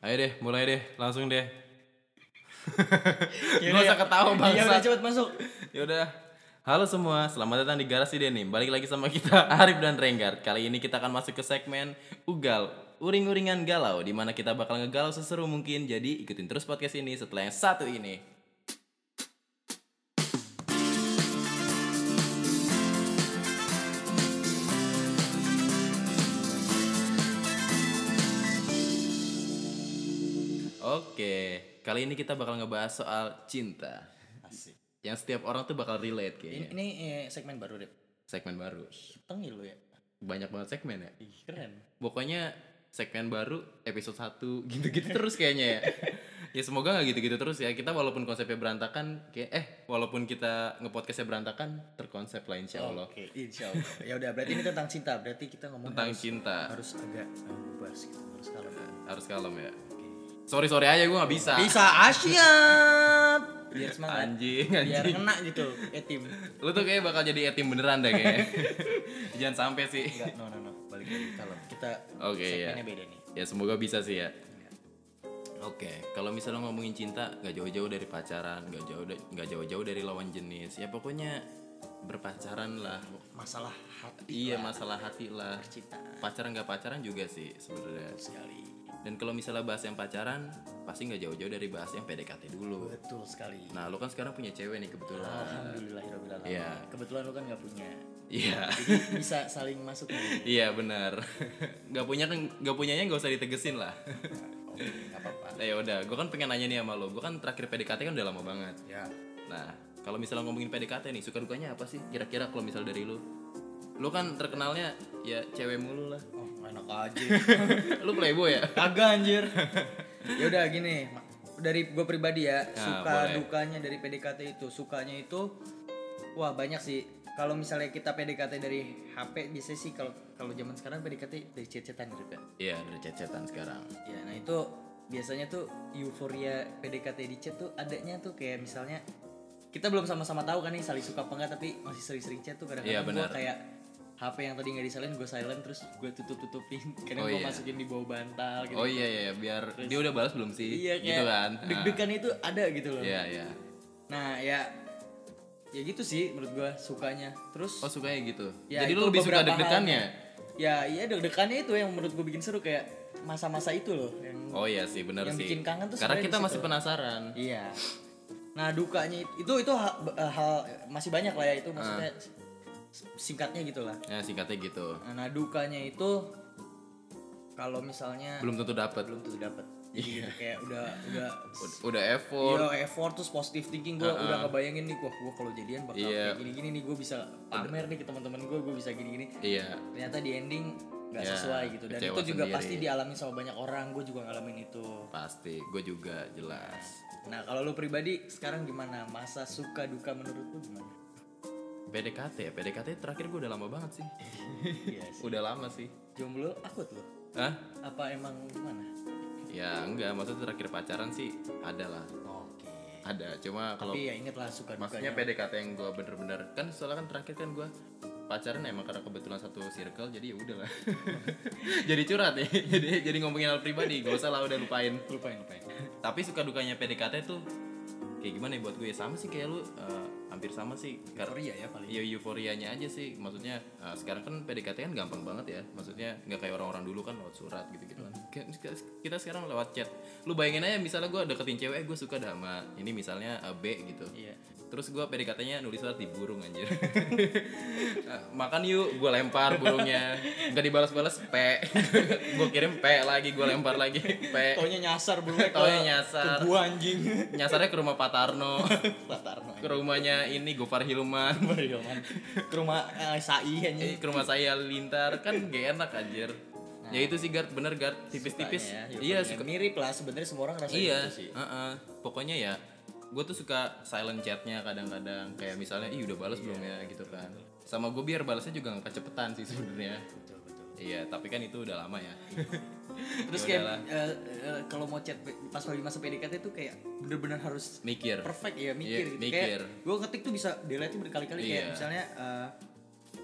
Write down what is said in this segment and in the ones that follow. Ayo deh, mulai deh, langsung deh. Yaudah, Gak usah ya. ketawa Iya udah bangsa. cepet masuk. Yaudah. Halo semua, selamat datang di Garasi Denim. Balik lagi sama kita Arif dan Renggar. Kali ini kita akan masuk ke segmen Ugal, uring-uringan galau di mana kita bakal ngegalau seseru mungkin. Jadi ikutin terus podcast ini setelah yang satu ini. Oke, kali ini kita bakal ngebahas soal cinta. Asik. Yang setiap orang tuh bakal relate Ini, kayaknya. ini eh, segmen baru deh. Segmen baru. Tengil lu ya. Banyak banget segmen ya. Ih, keren. pokoknya segmen baru episode 1 gitu-gitu terus kayaknya ya. ya semoga nggak gitu-gitu terus ya. Kita walaupun konsepnya berantakan kayak eh walaupun kita ngepodcastnya berantakan terkonsep lah insya Allah Oke, insya Ya Allah. Ya udah, berarti ini tentang cinta. Berarti kita ngomong tentang harus, cinta. harus agak eh, bebas gitu, harus kalem. Harus kalem ya. Sorry sorry aja gue nggak bisa. Bisa asyap. Biar semangat. Anjing Biar anjing. kena gitu, etim. Lu tuh kayak bakal jadi etim beneran deh kayaknya. Jangan sampai sih. Enggak, no no no, balik lagi kalem. Kita Oke, iya. segmennya beda nih. Ya semoga bisa sih ya. Oke, kalau misalnya ngomongin cinta nggak jauh-jauh dari pacaran, nggak jauh da- nggak jauh-jauh dari lawan jenis. Ya pokoknya berpacaran lah. Masalah hati Iya masalah hati lah. percintaan Pacaran nggak pacaran juga sih sebenarnya. sekali. Dan kalau misalnya bahas yang pacaran, pasti nggak jauh-jauh dari bahas yang PDKT dulu. Betul sekali. Nah, lo kan sekarang punya cewek nih Oh. kebetulan. Alhamdulillahirobbilalamin. Iya. Kebetulan lu kan nggak punya, Iya. jadi bisa saling masuk nih. Iya benar. Gak punya kan gak punyanya nggak usah ditegesin lah. Oke, nggak apa-apa. Nah ya udah, gue kan pengen nanya nih sama lo. Gue kan terakhir PDKT kan udah lama banget. Ya. Nah, kalau misalnya ngomongin PDKT nih, suka dukanya apa sih? Kira-kira kalau misal dari lu? Lu kan terkenalnya ya cewek mulu lah. Oh, enak aja. lu playboy ya? Kagak anjir. Ya udah gini, Ma- dari gue pribadi ya, suka boleh. dukanya dari PDKT itu, sukanya itu wah banyak sih. Kalau misalnya kita PDKT dari HP biasanya sih kalau kalau zaman sekarang PDKT dari cecetan gitu kan. Iya, dari chat-chatan sekarang. Ya, nah itu biasanya tuh euforia PDKT di chat tuh adanya tuh kayak misalnya kita belum sama-sama tahu kan nih saling suka apa enggak tapi masih sering-sering chat tuh Iya, kadang-kadang gua benar. kayak HP yang tadi nggak disalin gue silent terus gue tutup-tutupin kadang Oh, gue iya. masukin di bawah bantal gitu. Oh iya iya, biar dia udah balas belum sih? Iya kayak gitu kan. Nah, deg-degan itu ada gitu loh. Iya iya. Nah, ya ya gitu sih menurut gua sukanya. Terus Oh sukanya gitu. ya Jadi itu lu lebih suka beberapa deg-degannya? hal. Ya, iya deg-degannya itu yang menurut gue bikin seru kayak masa-masa itu loh yang Oh iya sih, bener Yang sih. bikin kangen tuh Karena sebenarnya kita di masih situ. penasaran. Iya. Nah dukanya itu itu, itu hal, hal masih banyak lah ya itu maksudnya Ah. s- singkatnya gitulah. Nah, singkatnya gitu. Nah dukanya itu kalau misalnya Belum Iya. tentu dapat. belum tuh dapat. Jadi gitu, kayak udah udah Udah effort. Iya effort terus positive thinking gue udah ngebayangin nih wah gue kalau jadian bakal Ah, Iya. kayak gini-gini nih gue bisa pamer nih ke teman-teman gue gue bisa gini-gini Iya. ternyata di ending nggak Ya, sesuai gitu dan kecewa itu juga sendiri. pasti dialami sama banyak orang gue juga ngalamin itu Pasti, gue juga jelas. nah kalau lu pribadi sekarang gimana masa suka duka menurut lu gimana PDKT ya, PDKT terakhir gue udah lama banget sih. Iya sih. Udah lama sih. Jomblo akut lo. Hah? Apa emang gimana? Ya enggak, maksudnya terakhir pacaran sih ada lah. Oke. Ada, cuma kalau Tapi ya ingatlah suka maksudnya dukanya. PDKT yang gue bener-bener kan soalnya kan terakhir kan gue pacaran emang karena kebetulan satu circle jadi ya udahlah jadi curhat ya jadi jadi ngomongin hal pribadi gak usah lah udah lupain Lupain lupain. tapi suka dukanya PDKT tuh kayak gimana ya buat gue sama sih kayak lu eh, hampir sama sih karena Korea ya paling. ya euforianya aja sih maksudnya eh, sekarang kan PDKT kan gampang banget ya maksudnya nggak kayak orang-orang dulu kan lewat surat gitu gitu kan Kayak sek- kita sekarang lewat chat lu bayangin aja misalnya gue deketin cewek eh, gue suka dah sama ini misalnya eh, B gitu Iya. terus gue PDKT-nya nulis surat di burung anjir Eh, makan yuk gue lempar burungnya nggak dibalas-balas P gue kirim P lagi gue lempar lagi P Taunya nyasar belum ke Taunya nyasar. Ke gua anjing. nyasarnya ke rumah Pak Tarno Pak Tarno. ke rumahnya ini Gofar Hilman Barengan. Ke rumah eh, Sai Eh, anjing. ke rumah saya lintar kan gak enak anjir ya itu sih guard bener guard tipis-tipis Nah. Sukanya ya, iya euforia. suka mirip lah sebenarnya semua orang ngerasain iya gitu sih. Heeh. pokoknya ya gue tuh suka silent chatnya kadang-kadang kayak misalnya ih udah balas belum Iya. ya gitu kan sama gue biar balasnya juga nggak kecepetan sih sebenarnya Betul betul. iya tapi kan itu udah lama ya Terus kayak eh, eh, kalau mau chat pas lagi masa PDKT itu kayak bener-bener harus mikir perfect ya Iya, mikir gitu mikir. kayak gue ngetik tuh bisa delete berkali-kali Iya. kayak misalnya eh,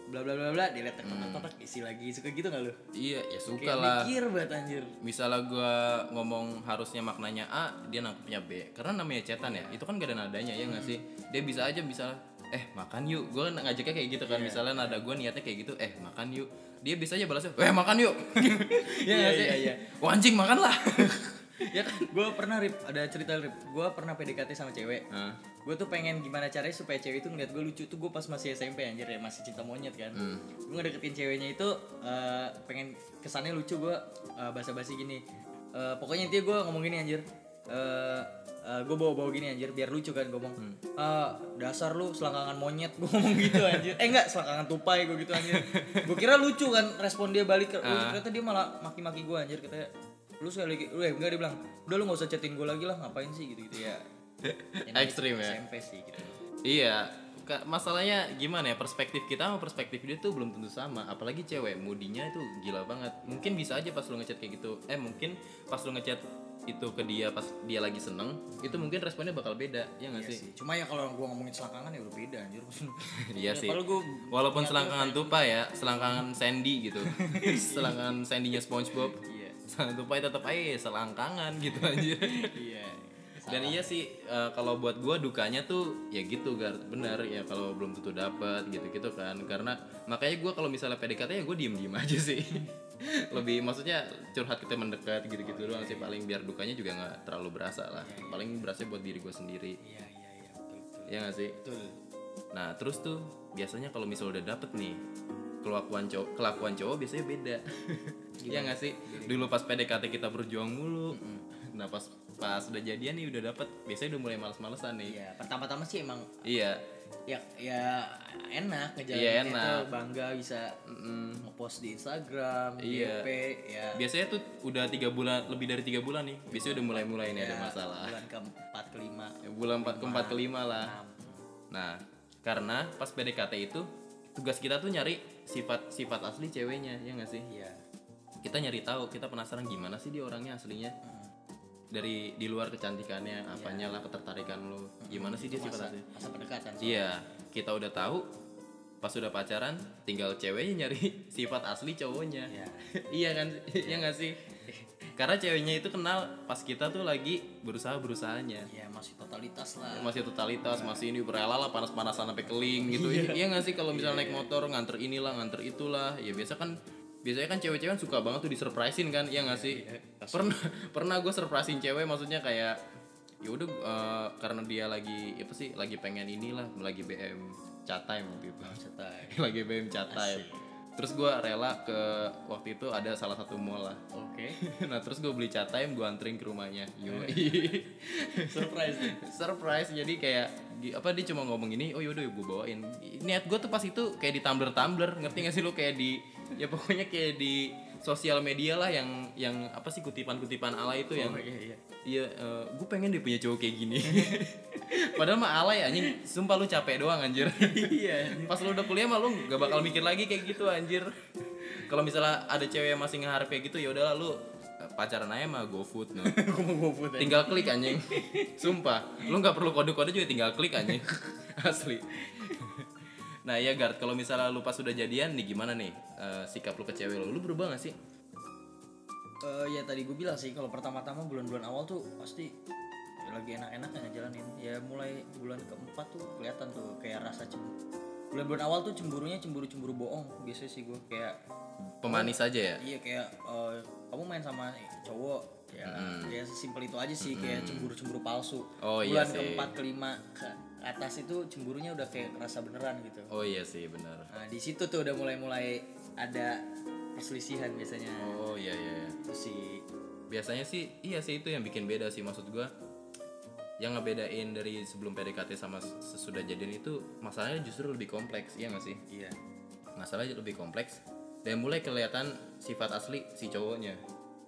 bla bla bla bla dilihat tek tek tek isi lagi suka gitu gak lu? Iya, ya suka Kayak lah. mikir banget anjir. Misalnya gua ngomong harusnya maknanya A, dia nangkepnya B. Karena namanya cetan ya, itu kan gak ada nadanya ya nggak sih? Dia bisa aja misalnya, eh makan yuk. Gua ngajaknya kayak gitu Iya. kan. Misalnya nada gua niatnya kayak gitu, eh makan yuk. Dia bisa aja balasnya, eh makan yuk. Iya Iya, nggak sih? iya, iya. Wah, anjing makan lah. ya kan? Gue pernah rip ada cerita rip. Gue pernah PDKT sama cewek. Nah, Gue tuh pengen gimana caranya supaya cewek itu ngeliat gue lucu tuh gue pas masih SMP anjir ya masih cinta monyet kan. Gue ngedeketin ceweknya itu eh, pengen kesannya lucu gue basa-basi gini. Eh, pokoknya intinya gue ngomong gini anjir. gue bawa-bawa gini anjir biar lucu kan gua ngomong "Ah, dasar lu selangkangan monyet gue ngomong gitu anjir eh enggak selangkangan tupai gue gitu anjir gue kira lucu kan respon dia balik ke "Oh, ternyata dia malah maki-maki gue anjir katanya lu sekali lagi, lu eh, enggak dia bilang udah lu nggak usah chatin gue lagi lah ngapain sih gitu gitu ya Ekstrim ya. SMP sih gitu Iya, ka- masalahnya gimana ya perspektif kita sama perspektif dia tuh belum tentu sama. Apalagi cewek, moodinya itu gila banget. Mungkin bisa aja pas lu ngechat kayak gitu. Eh mungkin pas lu ngechat itu ke dia pas dia lagi seneng, itu mungkin responnya bakal beda, ya nggak sih? sih. cuma ya kalau gue ngomongin selangkangan ya berbeda anjir Iya sih. kalau gue Walaupun selangkangan tupai ya, selangkangan Sandy gitu, selangkangan Sandy-nya SpongeBob, iya selangkangan tupai tetap aja selangkangan gitu anjir. iya Dan iya sih eh, kalau buat gua dukanya tuh ya gitu gar benar ya kalau belum tentu dapat gitu-gitu kan karena makanya gua kalau misalnya PDKT ya gue diem-diem aja sih lebih maksudnya curhat ke teman dekat gitu-gitu doang sih paling biar dukanya juga nggak terlalu berasa lah paling berasa buat diri gue sendiri iya iya iya betul ya nggak sih betul betul nah terus tuh biasanya kalau misalnya udah dapet nih kelakuan cowok kelakuan cowok biasanya beda ya nggak sih dulu pas PDKT kita berjuang mulu nah pas pas udah jadian nih udah dapet biasanya udah mulai males-malesan nih iya pertama-tama sih emang Iya, ya ya enak ngejalanin Iya, enak. bangga bisa ngepost di Instagram Iya. DP ya biasanya tuh udah tiga bulan lebih dari tiga bulan nih, biasanya udah mulai mulai nih ada ya, masalah. bulan keempat kelima Ya, Bulan empat keempat kelima lah. Nah, karena pas PDKT itu tugas kita tuh nyari sifat sifat asli ceweknya, ya nggak sih? iya Kita nyari tahu, kita penasaran gimana sih dia orangnya aslinya dari di luar kecantikannya, apanya lah ketertarikan lo, gimana Iya sih dia sifat masa, asli? masa pendekatan sih Iya, kita udah tahu. Pas udah pacaran, tinggal ceweknya nyari sifat asli cowoknya. Iya. iya kan? Iya nggak sih? Karena ceweknya itu kenal pas kita tuh lagi berusaha berusahanya. ya masih totalitas lah Masih totalitas, masih ini rela lah panas-panasan sampai keling gitu. Iya nggak sih kalau misalnya naik motor nganter inilah, nganter itulah. Ya biasa kan biasanya kan cewek-cewek kan suka banget tuh disurprisein kan iya nggak sih pernah pernah gue surprisein cewek maksudnya kayak ya udah eh, karena dia lagi apa sih lagi pengen inilah lagi BM chat time waktu itu Cetai. lagi BM chat time terus gue rela ke waktu itu ada salah satu mall lah Oke. nah terus gue beli cat time gue anterin ke rumahnya Yoi. Surprise. surprise jadi kayak gi- apa dia cuma ngomong gini oh yaudah gue bawain niat gue tuh pas itu kayak di tumbler tumbler ngerti gak sih lo kayak di ya pokoknya kayak di sosial media lah yang yang apa sih kutipan kutipan ala itu yang iya iya. Iya, gue pengen dia punya cowok kayak gini. Padahal mah alay anjing, sumpah lu capek doang anjir. Iya. Pas lu udah kuliah mah lu gak bakal mikir lagi kayak gitu anjir. Kalau misalnya ada cewek yang masih ngeharap kayak gitu ya udahlah lu eh, pacaran aja mah GoFood no. Gue mau gue putih. Tinggal klik anjing. Sumpah, lu nggak perlu kode-kode juga tinggal klik anjing. Asli. Nah ya Gard, kalau misalnya lu pas udah jadian nih gimana nih eh, sikap lu ke cewek lu? Lu berubah gak sih? ya tadi gue bilang sih kalau pertama-tama bulan-bulan awal tuh pasti ya, lagi enak-enak aja jalanin. Ya mulai bulan keempat tuh kelihatan tuh kayak rasa cemburu. Bulan-bulan awal tuh cemburunya cemburu-cemburu bohong. Biasanya sih gue kayak Pemanis aja ya? iya kayak eh, kamu main sama cowok ya ya sesimpel itu aja sih kayak cemburu-cemburu palsu. Hmm. Oh, iya bulan sih. keempat kelima ke atas itu cemburunya udah kayak rasa beneran gitu. Oh iya sih benar. Nah, di situ tuh udah mulai-mulai ada perselisihan biasanya. Oh iya iya. iya. Itu sih. biasanya sih iya sih itu yang bikin beda sih maksud gua yang ngebedain dari sebelum PDKT sama sesudah jadian itu masalahnya justru lebih kompleks iya nggak sih Iya. masalahnya lebih kompleks dan mulai kelihatan sifat asli si cowoknya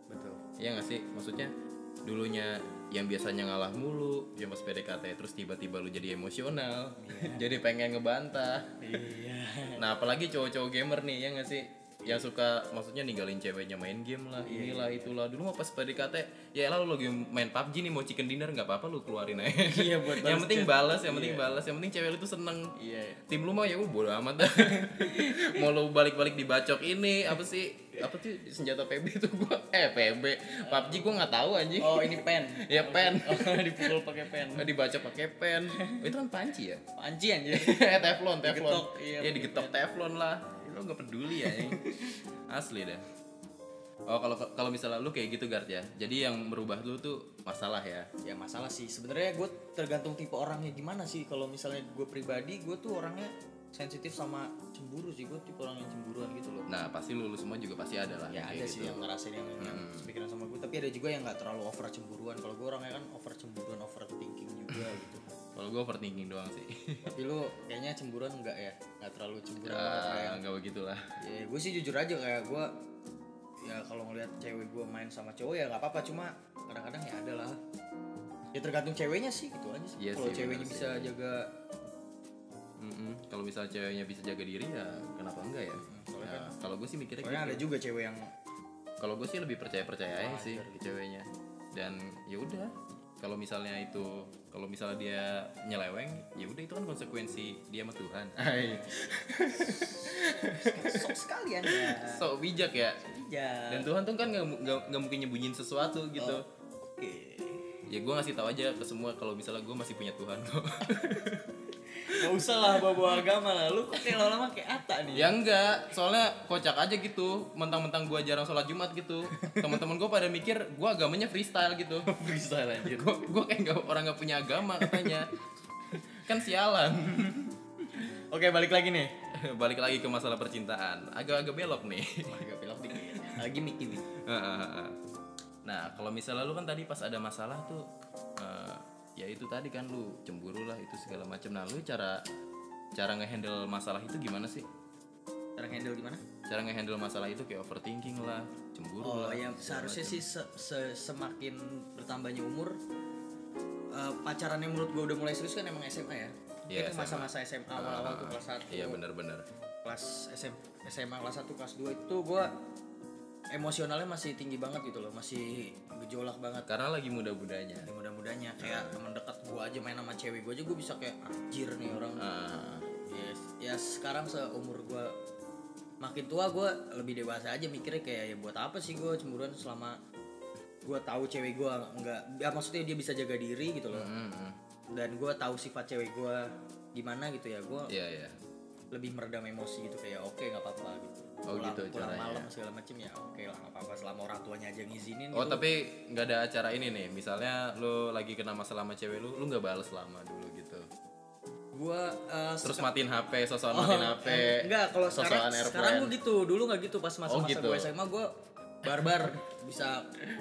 Betul. iya nggak sih maksudnya dulunya yang biasanya ngalah mulu yang pas PDKT terus tiba-tiba lu jadi emosional jadi pengen ngebantah Iya. nah apalagi cowok-cowok gamer nih ya nggak sih yang suka maksudnya ninggalin ceweknya main game lah Iya, inilah itulah dulu mah pas PDKT ya lah lu lagi main PUBG nih mau chicken dinner nggak apa-apa lu keluarin aja Iya, buat yang balas penting balas yang penting balas yang penting cewek lu tuh seneng Iya. tim lu mah ya udah bodo amat dah mau lu balik-balik dibacok ini apa sih apa tuh senjata PB tuh gua eh PB PUBG gua nggak tahu anjing Oh ini pen. ya pen Eh, Oh, dipukul pakai pen. dibacok pakai pen itu kan panci ya Panci anjir. eh teflon teflon Digetok, iya, ya digetok teflon lah lo nggak peduli ya ini. asli dah oh kalau kalau misalnya lu kayak gitu Gart ya jadi yang merubah lu tuh masalah ya ya masalah sih sebenarnya gue tergantung tipe orangnya gimana sih kalau misalnya gue pribadi gue tuh orangnya sensitif sama cemburu sih gue tipe orang yang cemburuan gitu loh nah pasti lu, lu semua juga pasti ada lah ya yang ada kayak sih gitu. yang ngerasain yang, yang sepikiran sama gue tapi ada juga yang nggak terlalu over cemburuan kalau gue orangnya kan over cemburuan overthinking juga gitu kalau gue overthinking doang sih tapi lu kayaknya cemburuan enggak ya nggak terlalu cemburuan banget kayak ya nggak begitulah ya gue sih jujur aja kayak gue ya kalau ngelihat cewek gue main sama cowok ya nggak apa-apa cuma kadang-kadang ya ada lah ya tergantung ceweknya sih gitu aja sih Iya kalau sih, ceweknya benar sih, bisa jaga Mm-mm. kalau misalnya ceweknya bisa jaga diri ya kenapa enggak ya soalnya kan- Ya, kalau gue sih mikirnya Soalnya ada gitu juga cewek yang kalau gue sih lebih percaya percaya aja sih ke gitu. ceweknya dan ya udah kalau misalnya itu kalau misalnya dia nyeleweng ya udah itu kan konsekuensi dia sama Tuhan sok sekalian ya. so bijak ya dan Iya. Tuhan tuh kan nggak mu- nggak nggak mungkin nyembunyiin sesuatu Oh. gitu Oke. ya gue ngasih tahu aja ke semua kalau misalnya gue masih punya Tuhan kok Gak usah lah bawa-bawa agama lah. Lu kok kayak lama-lama kayak Ata nih. ya enggak soalnya kocak aja gitu mentang-mentang gue jarang sholat Jumat gitu teman-teman gue pada mikir gue agamanya freestyle gitu Freestyle anjir. gue gue kayak nggak orang nggak punya agama katanya kan sialan Oke, balik lagi nih. balik lagi ke masalah percintaan agak-agak belok nih Agak pelok dikit. Lagi mikir nih. nah kalau misalnya lu kan tadi pas ada masalah tuh eh, ya itu tadi kan lu cemburu lah itu segala macam nah lu cara cara ngehandle masalah itu gimana sih Cara handle gimana? cara ngehandle masalah itu kayak overthinking lah cemburu Oh, lah ya seharusnya sih se- se- semakin bertambahnya umur eh, pacaran yang menurut gue udah mulai serius kan emang SMA ya. Iya, itu SMA. masa-masa SMA awal-awal tuh kelas 1. Ah, iya benar-benar kelas SM, SMA kelas 1 kelas 2 itu gue emosionalnya masih tinggi banget gitu loh masih gejolak banget karena lagi muda-mudanya Ya mudah-mudahnya Iya. kayak temen dekat gue aja main sama cewek gue aja gue bisa kayak anjir nih orang Ah, yes. ya sekarang seumur gue makin tua gue lebih dewasa aja mikirnya kayak ya buat apa sih gue cemburuan selama gue tahu cewek gue nggak ya maksudnya dia bisa jaga diri gitu loh mm, mm. dan gue tahu sifat cewek gue gimana gitu ya gue iya iya lebih meredam emosi gitu kayak oke nggak apa-apa gitu Oh, pulang, gitu pulang caranya. malam segala macem ya oke lah nggak apa-apa selama orang tuanya aja ngizinin Oh gitu. tapi nggak ada acara ini nih, misalnya lu lagi kena masalah sama cewek lu, lu nggak balas lama dulu gitu. gua eh, Terus seka- matiin HP, sosok oh, matiin HP. eh, enggak kalau sosokan sekarang airplane. sekarang gue gitu dulu nggak gitu pas masa-masa Oh, gitu. gue SMA gue barbar bisa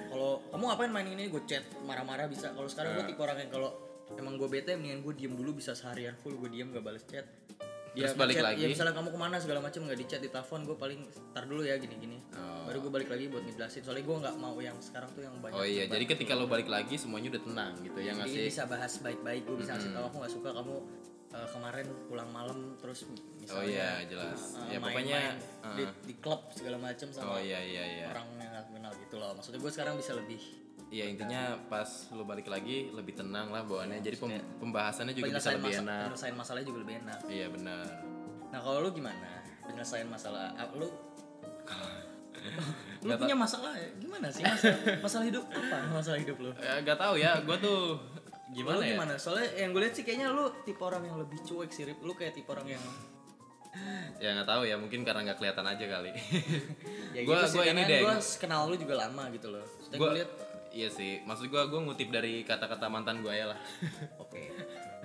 kalau kamu ngapain main ini gue chat marah-marah bisa kalau sekarang Nah. gue tipe orang yang kalau emang gue bete mendingan gue diem dulu bisa seharian full gue diem gak balas chat Terus balik ngechat, lagi? ya misalnya kamu kemana segala macam nggak dicat di telepon gue paling tar dulu ya gini-gini baru gue balik lagi buat ngejelasin soalnya gue nggak mau yang sekarang tuh yang banyak Oh iya, cobaan. jadi ketika lu balik lagi semuanya udah tenang gitu ya nggak gitu. Jadi sih? bisa bahas baik-baik gue bisa kasih tahu aku nggak suka kamu eh, kemarin pulang malam terus Oh misalnya iya, jelas. ya eh, main-main pokoknya di, heeh. di klub segala macam sama Oh iya iya iya. orang yang gak kenal gitu loh maksudnya gue sekarang bisa lebih Iya intinya pas lu balik lagi lebih tenang lah bawaannya. Jadi pem- pembahasannya juga bisa penyelesaian lebih masa- enak. penyelesaian masalahnya juga lebih enak Iya benar. nah kalau lu gimana penyelesaian masalah ah, lu lu punya masalah ya? gimana sih masalah, masalah hidup apa masalah hidup lu Eh, Gak tau ya, gue tuh gimana Lu ya? gimana? Soalnya yang gue lihat sih kayaknya lu tipe orang yang lebih cuek sih, Rip. Lu kayak tipe orang yang Ya nggak tahu ya, mungkin karena nggak kelihatan aja kali. ya Gua- gua ini deh. Gue kenal lu juga lama gitu loh. Maksudnya Gua- gue lihat Iya sih, maksud gue gue ngutip dari kata-kata mantan gue ya lah. oke.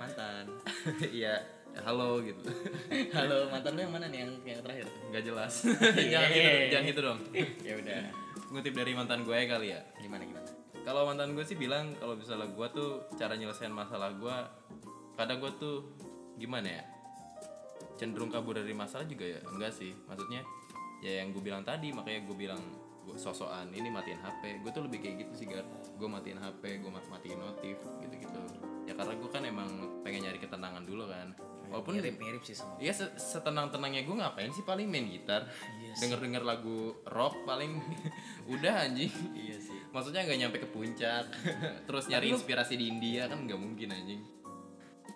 Mantan. Iya, halo gitu. Halo, mantan lu yang mana nih yang yang terakhir? Nggak jelas. jangan gitu, Yeay. jangan gitu dong. ya udah. Ngutip dari mantan gue kali ya. Gimana gimana? Kalau mantan gue sih bilang kalau misalnya gue tuh cara nyelesain masalah gue, kadang gue tuh gimana ya? Cenderung kabur dari masalah juga ya? Enggak sih, maksudnya ya yang gue bilang tadi makanya gue bilang gue sosokan ini matiin HP gue tuh lebih kayak gitu sih gar gue matiin HP gue matiin notif gitu gitu ya karena gue kan emang pengen nyari ketenangan dulu kan Walaupun- mirip-mirip sih sama. Iya se- setenang-tenangnya gue ngapain sih paling main gitar Iya sih. Denger-denger lagu rock paling Udah anjing Iya sih. Maksudnya nggak nyampe ke puncak Terus nyari Tapi lu- inspirasi di India kan nggak mungkin anjing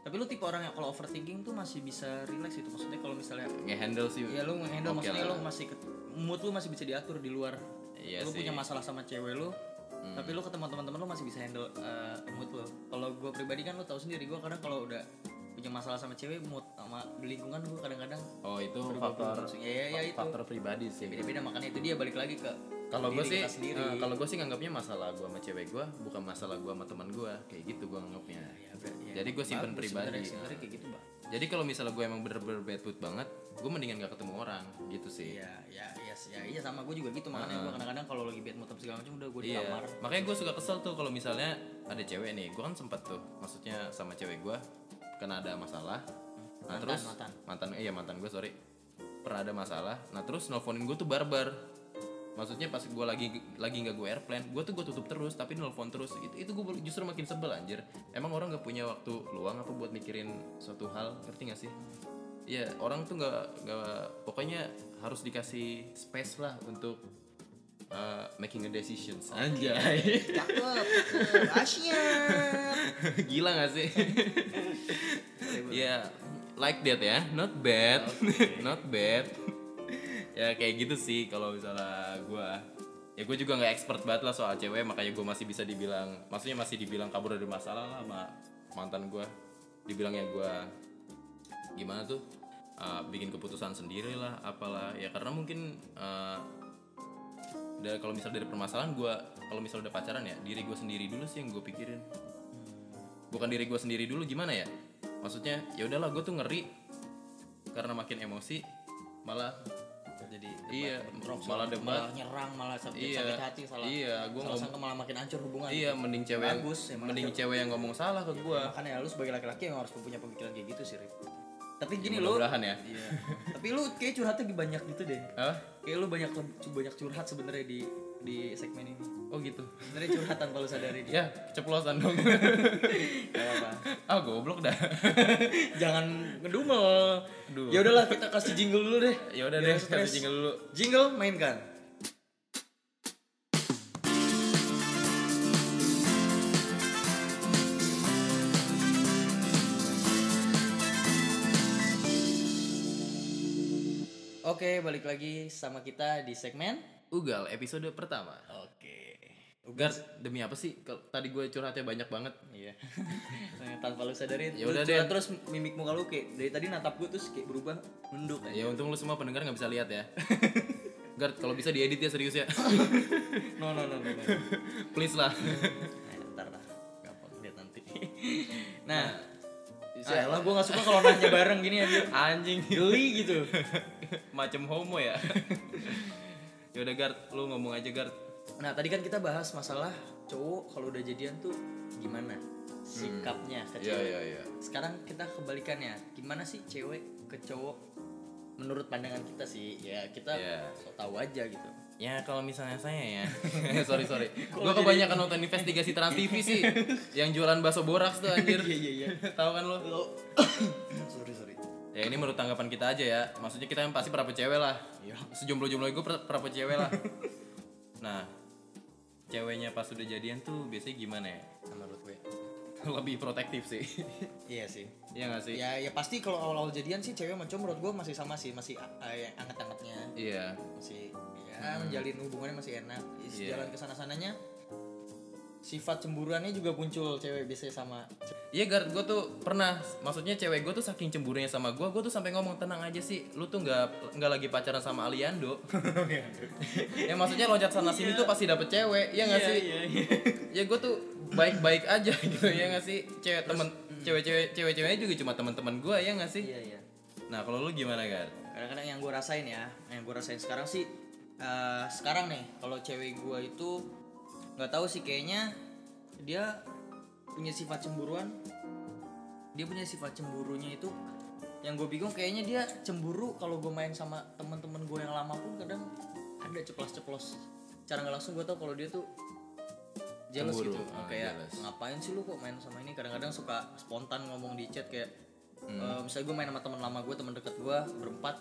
Tapi lu tipe orang yang kalau overthinking tuh masih bisa relax itu maksudnya kalau misalnya Iya, Ngehandle sih ya lu ngehandle Oke maksudnya lah. lu masih ke- mood lu masih bisa diatur di luar. Iya lu sih. Hmm. punya masalah sama cewek lu, tapi lu ketemu teman-teman lu masih bisa handle eh, mood lu. Kalau gue pribadi kan lu tahu sendiri gue kadang kalau udah punya masalah sama cewek mood sama lingkungan gue kadang-kadang Oh itu berubah-ubah faktor langsung. ya, ya, ya itu faktor pribadi sih beda-beda makanya itu dia balik lagi ke Kalau gue diri sih kita sendiri. eh, kalau gue sih nganggapnya masalah gue sama cewek gue Bukan masalah gue sama teman gue Kayak gitu gue nganggapnya Ya, ber- ya, Jadi gue simpen bagus pribadi. sebenarnya- sebenarnya kayak gitu, Bang. Jadi kalau misalnya gue emang bener-bener bad mood banget Gue mendingan gak ketemu orang gitu sih Iya, ya, iya, sih. ya, iya sama gue juga gitu makanya gue kadang-kadang kalau lagi bad mood apa segala macam udah gue di Iya, kamar. makanya gue suka kesel tuh kalau misalnya ada cewek nih, gue kan sempet tuh, maksudnya sama cewek gue karena ada masalah. Nah Mantan, terus mantan. mantan, iya mantan gue sorry pernah ada masalah. Nah terus nelfonin gue tuh barbar. Maksudnya pas gue lagi lagi nggak gue airplane, gue tuh gue tutup terus, tapi nelfon terus. Gitu, Itu itu gue justru makin sebel anjir. Emang orang nggak punya waktu luang apa buat mikirin suatu hal, ngerti gak sih? Iya orang tuh nggak nggak pokoknya harus dikasih space lah untuk uh, making a decisions. Anjay. Cakep, asyik. Gila gak sih? ya, like that ya. Not bad. Not bad. ya kayak gitu sih kalau misalnya gua ya gue juga nggak expert banget lah soal cewek makanya gue masih bisa dibilang maksudnya masih dibilang kabur dari masalah lah sama mantan gua dibilangnya gua gimana tuh uh, bikin keputusan sendiri lah apalah ya karena mungkin uh, dari kalau misal dari permasalahan gua kalau misal udah pacaran ya diri gue sendiri dulu sih yang gue pikirin bukan diri gue sendiri dulu gimana ya maksudnya ya udahlah gue tuh ngeri karena makin emosi malah Jadi iya malah debat malah nyerang, malah sakit, Iya, sakit hati, salah. iya, gua salah ngom- sangka malah makin hancur hubungan. iya mending cewek yang- Bagus, emang mending cewek yang ngomong salah ke gue Makanya lu sebagai laki-laki yang harus punya pemikiran kayak gitu sih, Rip. Tapi gini lu, mudah-mudahan ya iya. Tapi lu kayak curhatnya banyak gitu deh. Hah? Kayak lu banyak banyak curhat sebenarnya di di segmen ini. oh gitu Sebenarnya curhat tanpa lu sadari. Di. ya keceplosan dong Gak apa-apa. ah goblok dah Jangan ngedumel. Aduh. Ya udahlah kita kasih jingle dulu deh. ya udah deh Biar stres. kasih jingle dulu Jingle mainkan. Oke, balik lagi sama kita di segmen. ugal episode pertama Oke. Gar, demi apa sih? Kalau Tadi gue curhatnya banyak banget. Iya. Nah, Tanpa lu sadarin. Ya lu udah curhat deh. Terus mimik muka lu kayak dari tadi natap gue terus kayak berubah menduk. aja. Ya untung lu semua pendengar nggak bisa lihat ya. Gar, kalau bisa diedit ya serius ya. No no no no. no. Please lah. Nah, ntar lah gampang lihat nanti nah saya lah gue nggak suka kalau nanya bareng gini aja Anjing. geli gitu macam homo ya ya udah Gart lu ngomong aja Gart nah tadi kan kita bahas masalah cowok kalau udah jadian tuh gimana sikapnya ke cewek iya sekarang kita kebalikannya gimana sih cewek ke cowok menurut pandangan kita sih ya kita Iya. so tahu aja gitu ya kalau misalnya saya ya sorry sorry Kalau gua kebanyakan nonton investigasi trans TV sih yang jualan bakso boraks tuh anjir iya iya iya tahu kan lo sorry sorry ya ini menurut tanggapan kita aja ya maksudnya kita yang pasti berapa cewek lah Iya. sejomblo jomblo gue berapa cewek lah nah ceweknya pas udah jadian tuh biasanya gimana ya menurut gue lebih protektif sih iya sih Iya gak sih ya ya pasti kalau awal-awal jadian sih cewek sama cowok menurut gue masih sama sih masih eh, yang anget-angetnya iya masih ya menjalin hubungannya masih enak Iya. jalan kesana sananya sifat cemburuannya juga muncul cewek biasanya sama Iya Gar, gue tuh pernah, maksudnya cewek gue tuh saking cemburunya sama gue, gue tuh sampai ngomong tenang aja sih, lu tuh nggak nggak lagi pacaran sama Aliando. ya maksudnya loncat sana sini tuh pasti dapet cewek, Iya ya nggak sih? Ya gue tuh baik-baik aja gitu, ya nggak sih? Cewek temen, cewek-cewek, cewek-ceweknya juga cuma teman-teman gue, ya nggak sih? iya iya Nah kalau lu gimana Gar? kadang-kadang yang gue rasain ya yang gue rasain sekarang sih eh, sekarang nih kalau cewek gue itu nggak tahu sih kayaknya dia punya sifat cemburuan dia punya sifat cemburunya itu yang gue bingung kayaknya dia cemburu kalau gue main sama teman-teman gue yang lama pun kadang ada ceplos-ceplos cara nggak langsung gue tau kalau dia tuh jealous Cemburu, gitu ah, kayak jealous. Hmm. ngapain sih lu kok main sama ini kadang-kadang suka spontan ngomong di chat kayak Eh, misalnya gue main sama teman lama gue teman dekat gue berempat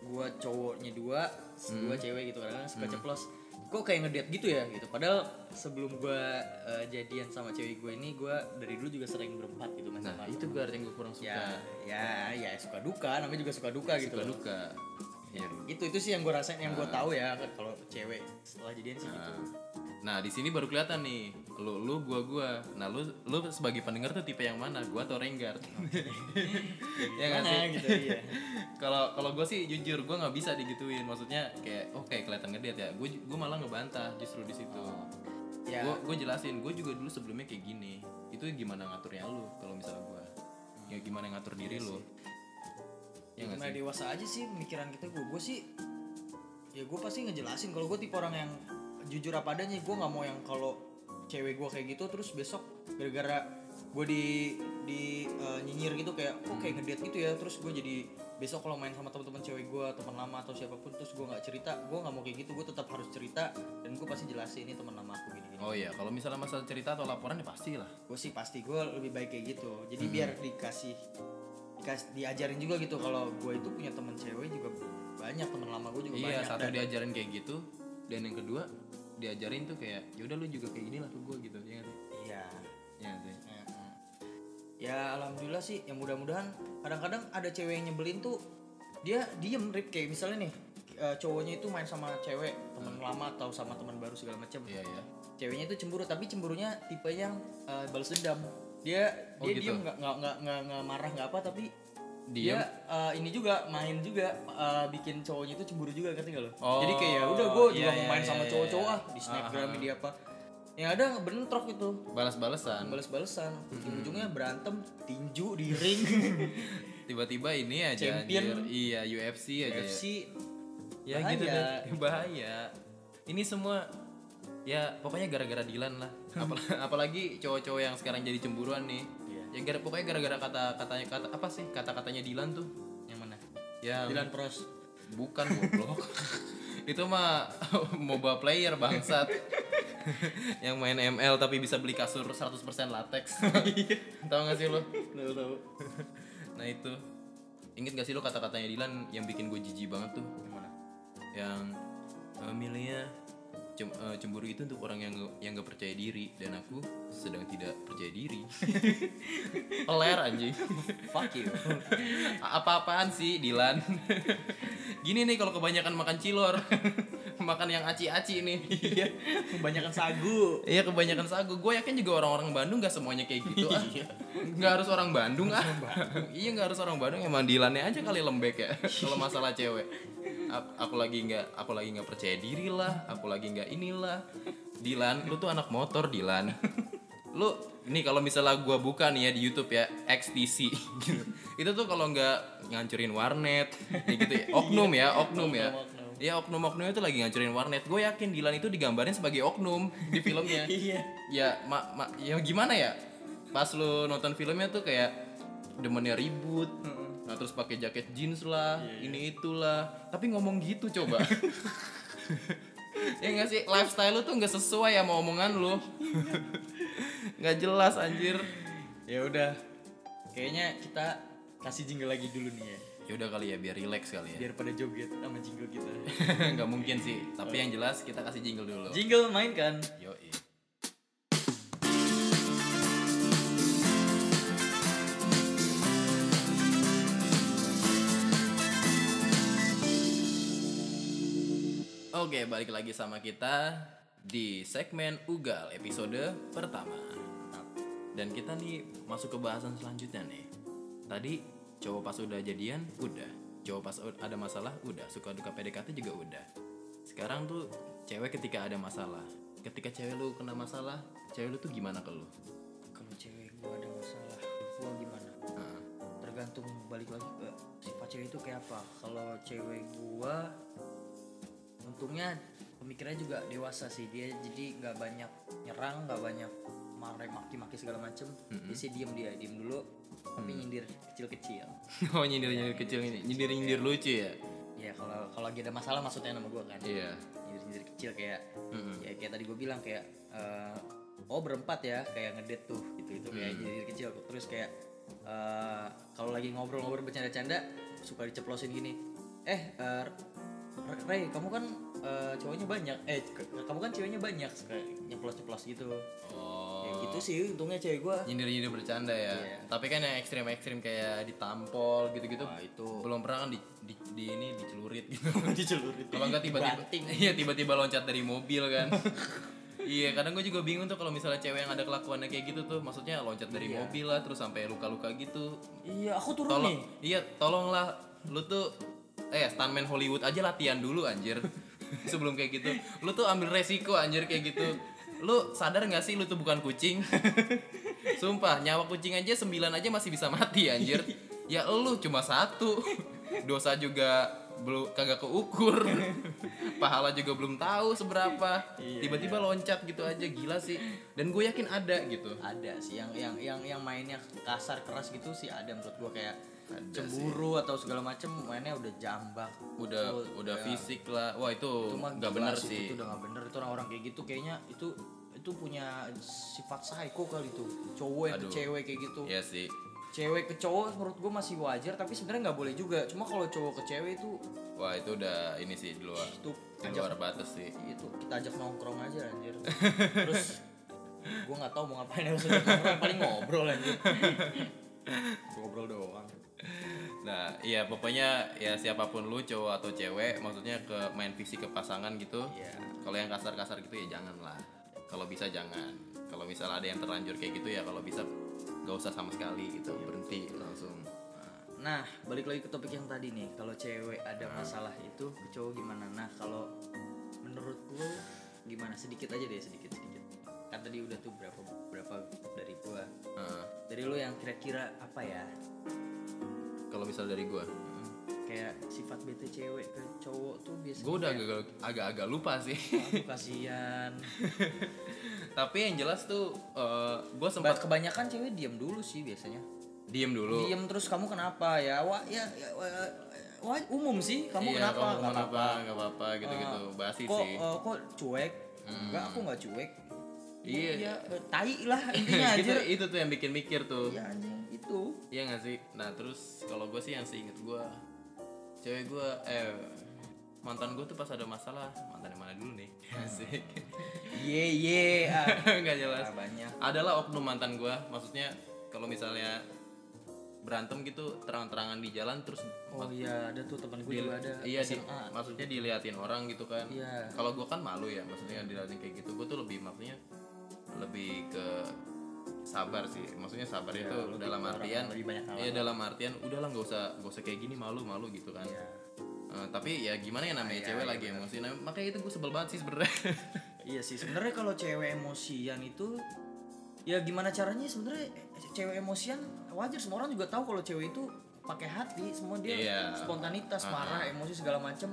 gue cowoknya dua Hmm. dua cewek gitu kadang-kadang suka ceplos kok kayak ngedate gitu ya gitu padahal sebelum gue eh, jadian sama cewek gue ini gue dari dulu juga sering berempat gitu mas nah sama- itu gue yang gue kurang ya suka ya ya suka duka namanya juga suka duka gitu suka Nah. loh. duka ya. itu itu sih yang gue rasain yang gue tahu ya kalau cewek setelah jadian sih gitu nah di sini baru kelihatan nih lu lu gua gua nah lu lu sebagai pendengar tuh tipe yang mana gua atau Renggar ya kan Gimana sih gitu iya kalau kalau gue sih jujur gue nggak bisa digituin maksudnya kayak oh kayak kelihatan ngedit ya gue gue malah ngebantah justru di situ Ya. gue gue jelasin gue juga dulu sebelumnya kayak gini itu gimana ngaturnya lu kalau misalnya gue ya gimana ngatur diri Iya lu ya nggak Gimana sih dewasa aja sih pemikiran kita gue gue sih ya gue pasti ngejelasin kalau gue tipe orang yang jujur apa adanya gue nggak mau yang kalau cewek gue kayak gitu terus besok gara-gara gue di di eh, nyinyir gitu kayak kok kayak ngedate gitu ya terus gue jadi besok kalau main sama teman-teman cewek gue teman lama atau siapapun terus gue nggak cerita gue nggak mau kayak gitu gue tetap harus cerita dan gue pasti jelasin ini teman lama aku gini gini oh iya kalau misalnya masalah cerita atau laporan ya pastilah gue sih pasti gue lebih baik kayak gitu jadi biar Hmm. dikasih dikas- diajarin juga gitu kalau gue itu punya temen cewek juga banyak temen lama gue juga iya banyak satu Dan- diajarin kayak gitu dan yang kedua diajarin tuh kayak yaudah lu juga kayak gini lah ke gue gitu ya nggak sih iya ya nggak sih Mm-mm. ya alhamdulillah sih yang mudah-mudahan kadang-kadang ada cewek yang nyebelin tuh dia diem rip kayak misalnya nih eh, cowoknya itu main sama cewek temen lama atau sama teman baru segala macam Hmm. iya ya ceweknya itu cemburu tapi cemburunya tipe yang eh, balas dendam dia Oh, dia gitu. diem nggak nggak nggak- nggak nggak marah nggak apa tapi dia dia eh, ini juga main juga eh, bikin cowoknya itu cemburu juga ngerti gak lo? Oh, Jadi kayak ya udah gue iya, juga iya, mau main iya, sama iya, cowok-cowok iya. ah di snapgram di apa? Yang ada bentrok itu balas-balasan balas-balasan ujung-ujungnya berantem tinju di ring Iya, tiba-tiba ini aja Champion. anjir. iya UFC aja ya. UFC ya Bahaya. gitu deh bahaya ini semua ya pokoknya gara-gara Dilan lah Apal- apalagi cowok-cowok yang sekarang jadi cemburuan nih Iya. ya gara pokoknya gara-gara kata katanya kata apa sih kata katanya Dilan tuh yang mana? ya Dylan Pros bukan goblok itu mah MOBA player bangsat yang main ML tapi bisa beli kasur 100% latex Iya. tahu gak sih lo tahu tahu nah itu inget gak sih lo kata-katanya Dilan yang bikin gue jijik banget tuh gimana? yang eh, milihnya cem- eh, cemburu itu untuk orang yang nge- yang gak percaya diri dan aku sedang tidak percaya diri peler anjing Fuck you. A- apa-apaan sih Dilan gini nih kalau kebanyakan makan cilor makan yang aci-aci nih Iya, kebanyakan sagu. Iya kebanyakan sagu. Gue yakin juga orang-orang Bandung gak semuanya kayak gitu ah. Gak harus orang Bandung ah. iya gak harus orang Bandung emang dilannya aja kali lembek ya kalau masalah cewek. A- aku lagi nggak aku lagi nggak percaya diri lah. Aku lagi nggak inilah. Dilan, lu tuh anak motor Dilan. lu nih kalau misalnya gua buka nih ya di YouTube ya XTC gitu. Itu tuh kalau nggak ngancurin warnet kayak gitu ya. Oknum ya, oknum ya. Oknum-oknum. Iya oknum-oknum itu lagi ngancurin warnet. Gue yakin Dilan itu digambarin sebagai oknum di filmnya. Iya. ya, ma, ma, ya gimana ya? Pas lu nonton filmnya tuh kayak demennya ribut. Nah, terus pakai jaket jeans lah, Iya, ini itulah. Tapi ngomong gitu coba. ya nggak sih lifestyle lu tuh nggak sesuai sama omongan lu. Iya. nggak jelas anjir. Ya udah. Kayaknya kita kasih jingle lagi dulu nih ya. Ya udah kali ya biar relax kali ya. Biar pada joget sama jingle kita. nggak mungkin sih. Iya. Tapi yang jelas kita kasih jingle dulu. jingle main kan? Yoi. Oke, balik lagi sama kita di segmen Ugal episode pertama. Dan kita nih masuk ke bahasan selanjutnya nih. Tadi cowok pas udah jadian udah, cowok pas u- ada masalah udah, suka duka PDKT juga udah. Sekarang tuh cewek ketika ada masalah, ketika cewek lu kena masalah, cewek lu tuh gimana ke lu? kalau cewek gua ada masalah gua gimana Heeh. tergantung balik lagi ke sifat cewek itu kayak apa kalau cewek gua untungnya pemikirannya juga dewasa sih dia jadi nggak banyak nyerang nggak banyak marah maki-maki segala macem dia sih diem dia diem dulu tapi nyindir kecil-kecil oh nyindir nyindir kecil ini, nyindir nyindir lucu ya? ya kalau kalau lagi ada masalah maksudnya nama gua kan Iya. nyindir-nyindir kecil kayak ya kayak tadi gue bilang kayak eh, oh berempat ya kayak ngedate tuh gitu itu kayak nyindir kecil terus kayak eh, kalau lagi ngobrol-ngobrol bercanda-canda suka diceplosin gini eh eh, Ray kamu kan eh, cowoknya banyak eh ke- kamu kan ceweknya banyak suka nyeplos-nyeplos gitu Oh. Iya. ya gitu sih untungnya cewek gua Nyindir-nyindir bercanda ya. Iya. Tapi kan yang ekstrim-ekstrim kayak ditampol gitu-gitu. Wah, Nah, itu. Belum pernah kan di, di, di ini dicelurit gitu. dicelurit Kalau nggak tiba-tiba Dibanting. Iya, tiba-tiba loncat dari mobil kan. Iya, kadang gue juga bingung tuh kalau misalnya cewek yang ada kelakuannya kayak gitu tuh, maksudnya loncat dari mobil lah, terus sampai luka-luka gitu. iya aku turun nih Tolong, iya, tolonglah, lu tuh, eh, stuntman Hollywood aja latihan dulu anjir. Sebelum kayak gitu, lu tuh ambil resiko anjir kayak gitu. Lu sadar nggak sih lu tuh bukan kucing? Sumpah, nyawa kucing aja sembilan aja masih bisa mati anjir. Ya lu cuma satu. Dosa juga belum kagak keukur. Pahala juga belum tahu seberapa. Iya, Tiba-tiba loncat gitu aja gila sih. Dan gue yakin ada gitu. ada sih yang yang yang yang mainnya kasar keras gitu sih ada menurut gua kayak cemburu atau segala macem mainnya udah jambak Udah Oh, udah ya. fisik lah. Wah, itu Cuma nggak gila bener itu sih. udah nggak bener itu orang-orang kayak gitu kayaknya itu itu punya sifat psycho kali tuh cowok yang ke Aduh. cewek kayak gitu Iya sih. cewek ke cowok menurut gua masih wajar tapi sebenarnya nggak boleh juga cuma kalau cowok ke cewek itu Wah, itu udah ini sih di luar itu di luar batas sih. itu kita ajak nongkrong aja anjir terus gue nggak tahu mau ngapain harus ajak nongkrong paling ngobrol anjir ngobrol doang Nah, iya pokoknya ya siapapun lu cowok atau cewek, maksudnya ke main fisik ke pasangan gitu. Iya. Kalau yang kasar-kasar gitu ya jangan lah. Kalau bisa jangan. Kalau misalnya ada yang terlanjur kayak gitu ya kalau bisa gak usah sama sekali gitu, Iya, berhenti langsung. nah balik lagi ke topik yang tadi nih kalau cewek ada Nah. masalah itu ke cowok gimana nah kalau menurut lo gimana sedikit aja deh sedikit sedikit kan tadi udah tuh berapa berapa dari gua Heeh. dari lo yang kira-kira apa ya Hmm, kalau misalnya dari gua, kayak sifat bete cewek ke cowok tuh biasanya gua udah agak- agak-agak lupa sih. Aduh, kasihan Tapi yang jelas tuh eh, gua sempat Ba- kebanyakan cewek diam dulu sih biasanya diem dulu. Diam terus kamu kenapa ya? Wah, ya, ya, wa- wa- umum sih. Kamu Iya, kenapa? kamu Nggak kenapa? apa-apa. Gak apa-apa gitu-gitu. Basi kok, sih. eh, kok cuek? Enggak, aku nggak cuek. Iya. Ya, eh, tai lah intinya Gitu, aja. itu tuh yang bikin mikir tuh. ya anjing itu. Iya gak sih? Nah terus kalau gue sih yang seinget gue Cewek gue, eh mantan gue tuh pas ada masalah Mantan yang mana dulu nih? Asik Ye ye. ah. Gak jelas Ah, banyak. Adalah oknum mantan gue Maksudnya kalau misalnya berantem gitu terang-terangan di jalan terus Oh iya, ada tuh teman gue di- juga ada. iya di- SMA. maksudnya diliatin orang gitu kan gitu. Iya. kalau gue kan malu ya maksudnya diliatin kayak gitu gue tuh lebih maksudnya lebih ke sabar sih maksudnya sabar itu dalam artian Iya, lebih banyak ya dalam artian udahlah nggak usah nggak usah kayak gini malu malu gitu kan Iya. Eh, tapi ya gimana ya namanya cewek lagi emosi Nah, makanya itu gue sebel banget sih sebenarnya Iya sih, sebenarnya kalau cewek emosian itu ya gimana caranya sebenarnya cewek emosian wajar semua orang juga tahu kalau cewek itu pakai hati semua dia Iya. spontanitas marah emosi segala macem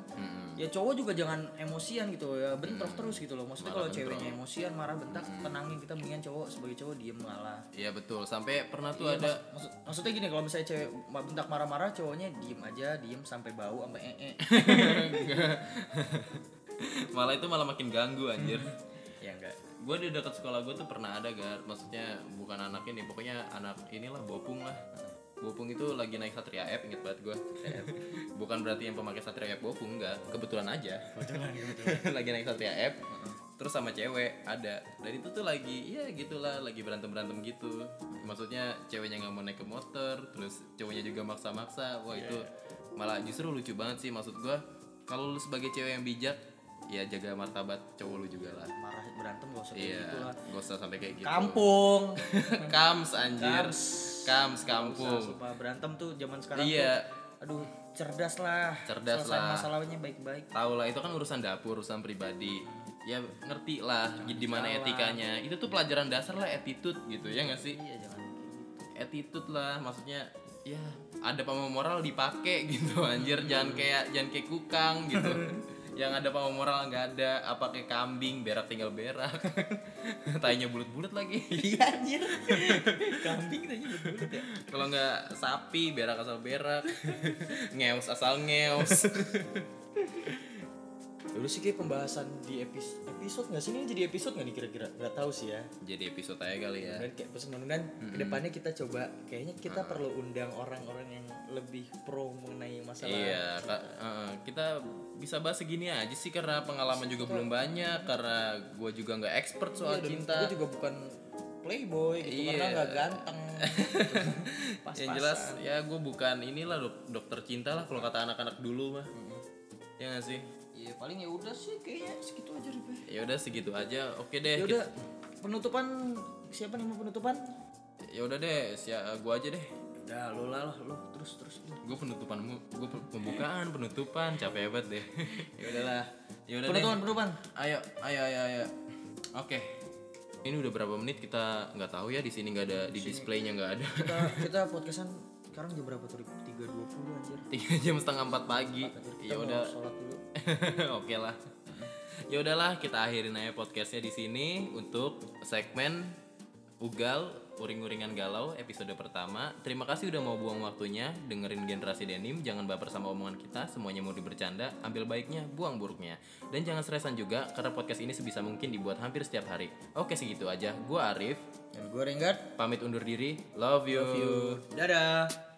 ya cowok juga jangan emosian gitu ya bentrok terus gitu loh maksudnya kalau ceweknya emosian marah bentak tenangin kita mendingan cowok sebagai cowok diem ngalah Iya betul sampai pernah tuh Iya, ada Maksud- maksudnya gini kalau misalnya cewek ma- bentak marah-marah cowoknya diem aja diem sampai bau sampai ee malah itu malah makin ganggu anjir ya enggak gue di dekat sekolah gue tuh pernah ada gar maksudnya bukan anak ini pokoknya anak inilah bopung lah bopung itu lagi naik satria app inget banget gue bukan berarti yang pemakai satria app bopung enggak kebetulan aja kebetulan lagi naik satria app terus sama cewek ada dan itu tuh lagi ya gitulah lagi berantem berantem gitu maksudnya ceweknya nggak mau naik ke motor terus cowoknya juga maksa-maksa wah Iya, itu malah justru lucu banget sih maksud gue kalau lu sebagai cewek yang bijak ya jaga martabat cowok lu juga lah marah berantem gak usah kayak Iya, gitu lah gak usah sampai kayak gitu. kampung Kams anjir. Kams. Kams Usaha kampung. supaya berantem tuh zaman sekarang Iya. tuh, aduh cerdas lah Cerdas Selesain lah. masalahnya baik-baik Tahu lah itu kan urusan dapur, urusan pribadi. Ya ngerti lah di mana etikanya. Itu tuh pelajaran dasar lah attitude gitu ya nggak sih? iya jangan kayak gitu. Attitude lah maksudnya ya ada pamor moral dipakai gitu anjir jangan kayak jangan kayak kukang gitu yang ada pamor moral nggak ada apa kayak kambing berak tinggal berak tainya bulat-bulat lagi iya anjir kambing tanya betul ya Kalau nggak sapi, berak asal berak, ngeus asal ngeus. dulu Ya sih kayak pembahasan di episode episode nggak sih ini jadi episode nggak nih kira-kira nggak tahu sih ya Jadi episode aja kali ya. Dan kayak mudah-mudahan kedepannya kita coba kayaknya kita Ah. perlu undang orang-orang yang lebih pro mengenai masalah Iya, Kak, eh, kita bisa bahas segini aja sih karena pengalaman juga belum banyak karena gue juga nggak expert soal Iya, cinta. gue juga bukan playboy gitu Iya. karena nggak ganteng pas Yang jelas ya gue bukan inilah dok- dokter cinta lah kalau kata anak-anak dulu mah. Ya nggak sih. Iya paling ya udah sih kayaknya segitu aja Rip. Ya udah segitu aja. Oke deh. Ya kita- udah penutupan siapa nih mau penutupan? Ya udah deh. Ya gue aja deh. Udah lo Ya, lah lah, lo terus terus. Gue penutupan gue pembukaan penutupan capek banget deh. Ya udahlah. ya udah deh. Penutupan penutupan. Ayo, ayo, ayo, ayo. Oke. Ini udah berapa menit kita nggak tahu ya di sini nggak ada di displaynya nggak ada. Kita kita podcastan sekarang jam berapa tuh? Rip? 3.20 anjir. Tiga jam setengah empat pagi. Kita Ya mau udah, sholat dulu. oke lah. Ya udahlah kita akhirin aja podcastnya di sini untuk segmen ugal uring-uringan galau episode pertama. Terima kasih udah mau buang waktunya dengerin generasi denim. Jangan baper sama omongan kita. Semuanya mau dibercanda. Ambil baiknya, buang buruknya. Dan jangan stresan juga karena podcast ini sebisa mungkin dibuat hampir setiap hari. Oke segitu aja. Gua Arif. Dan gue Renggard. pamit undur diri. Love you. Dadah.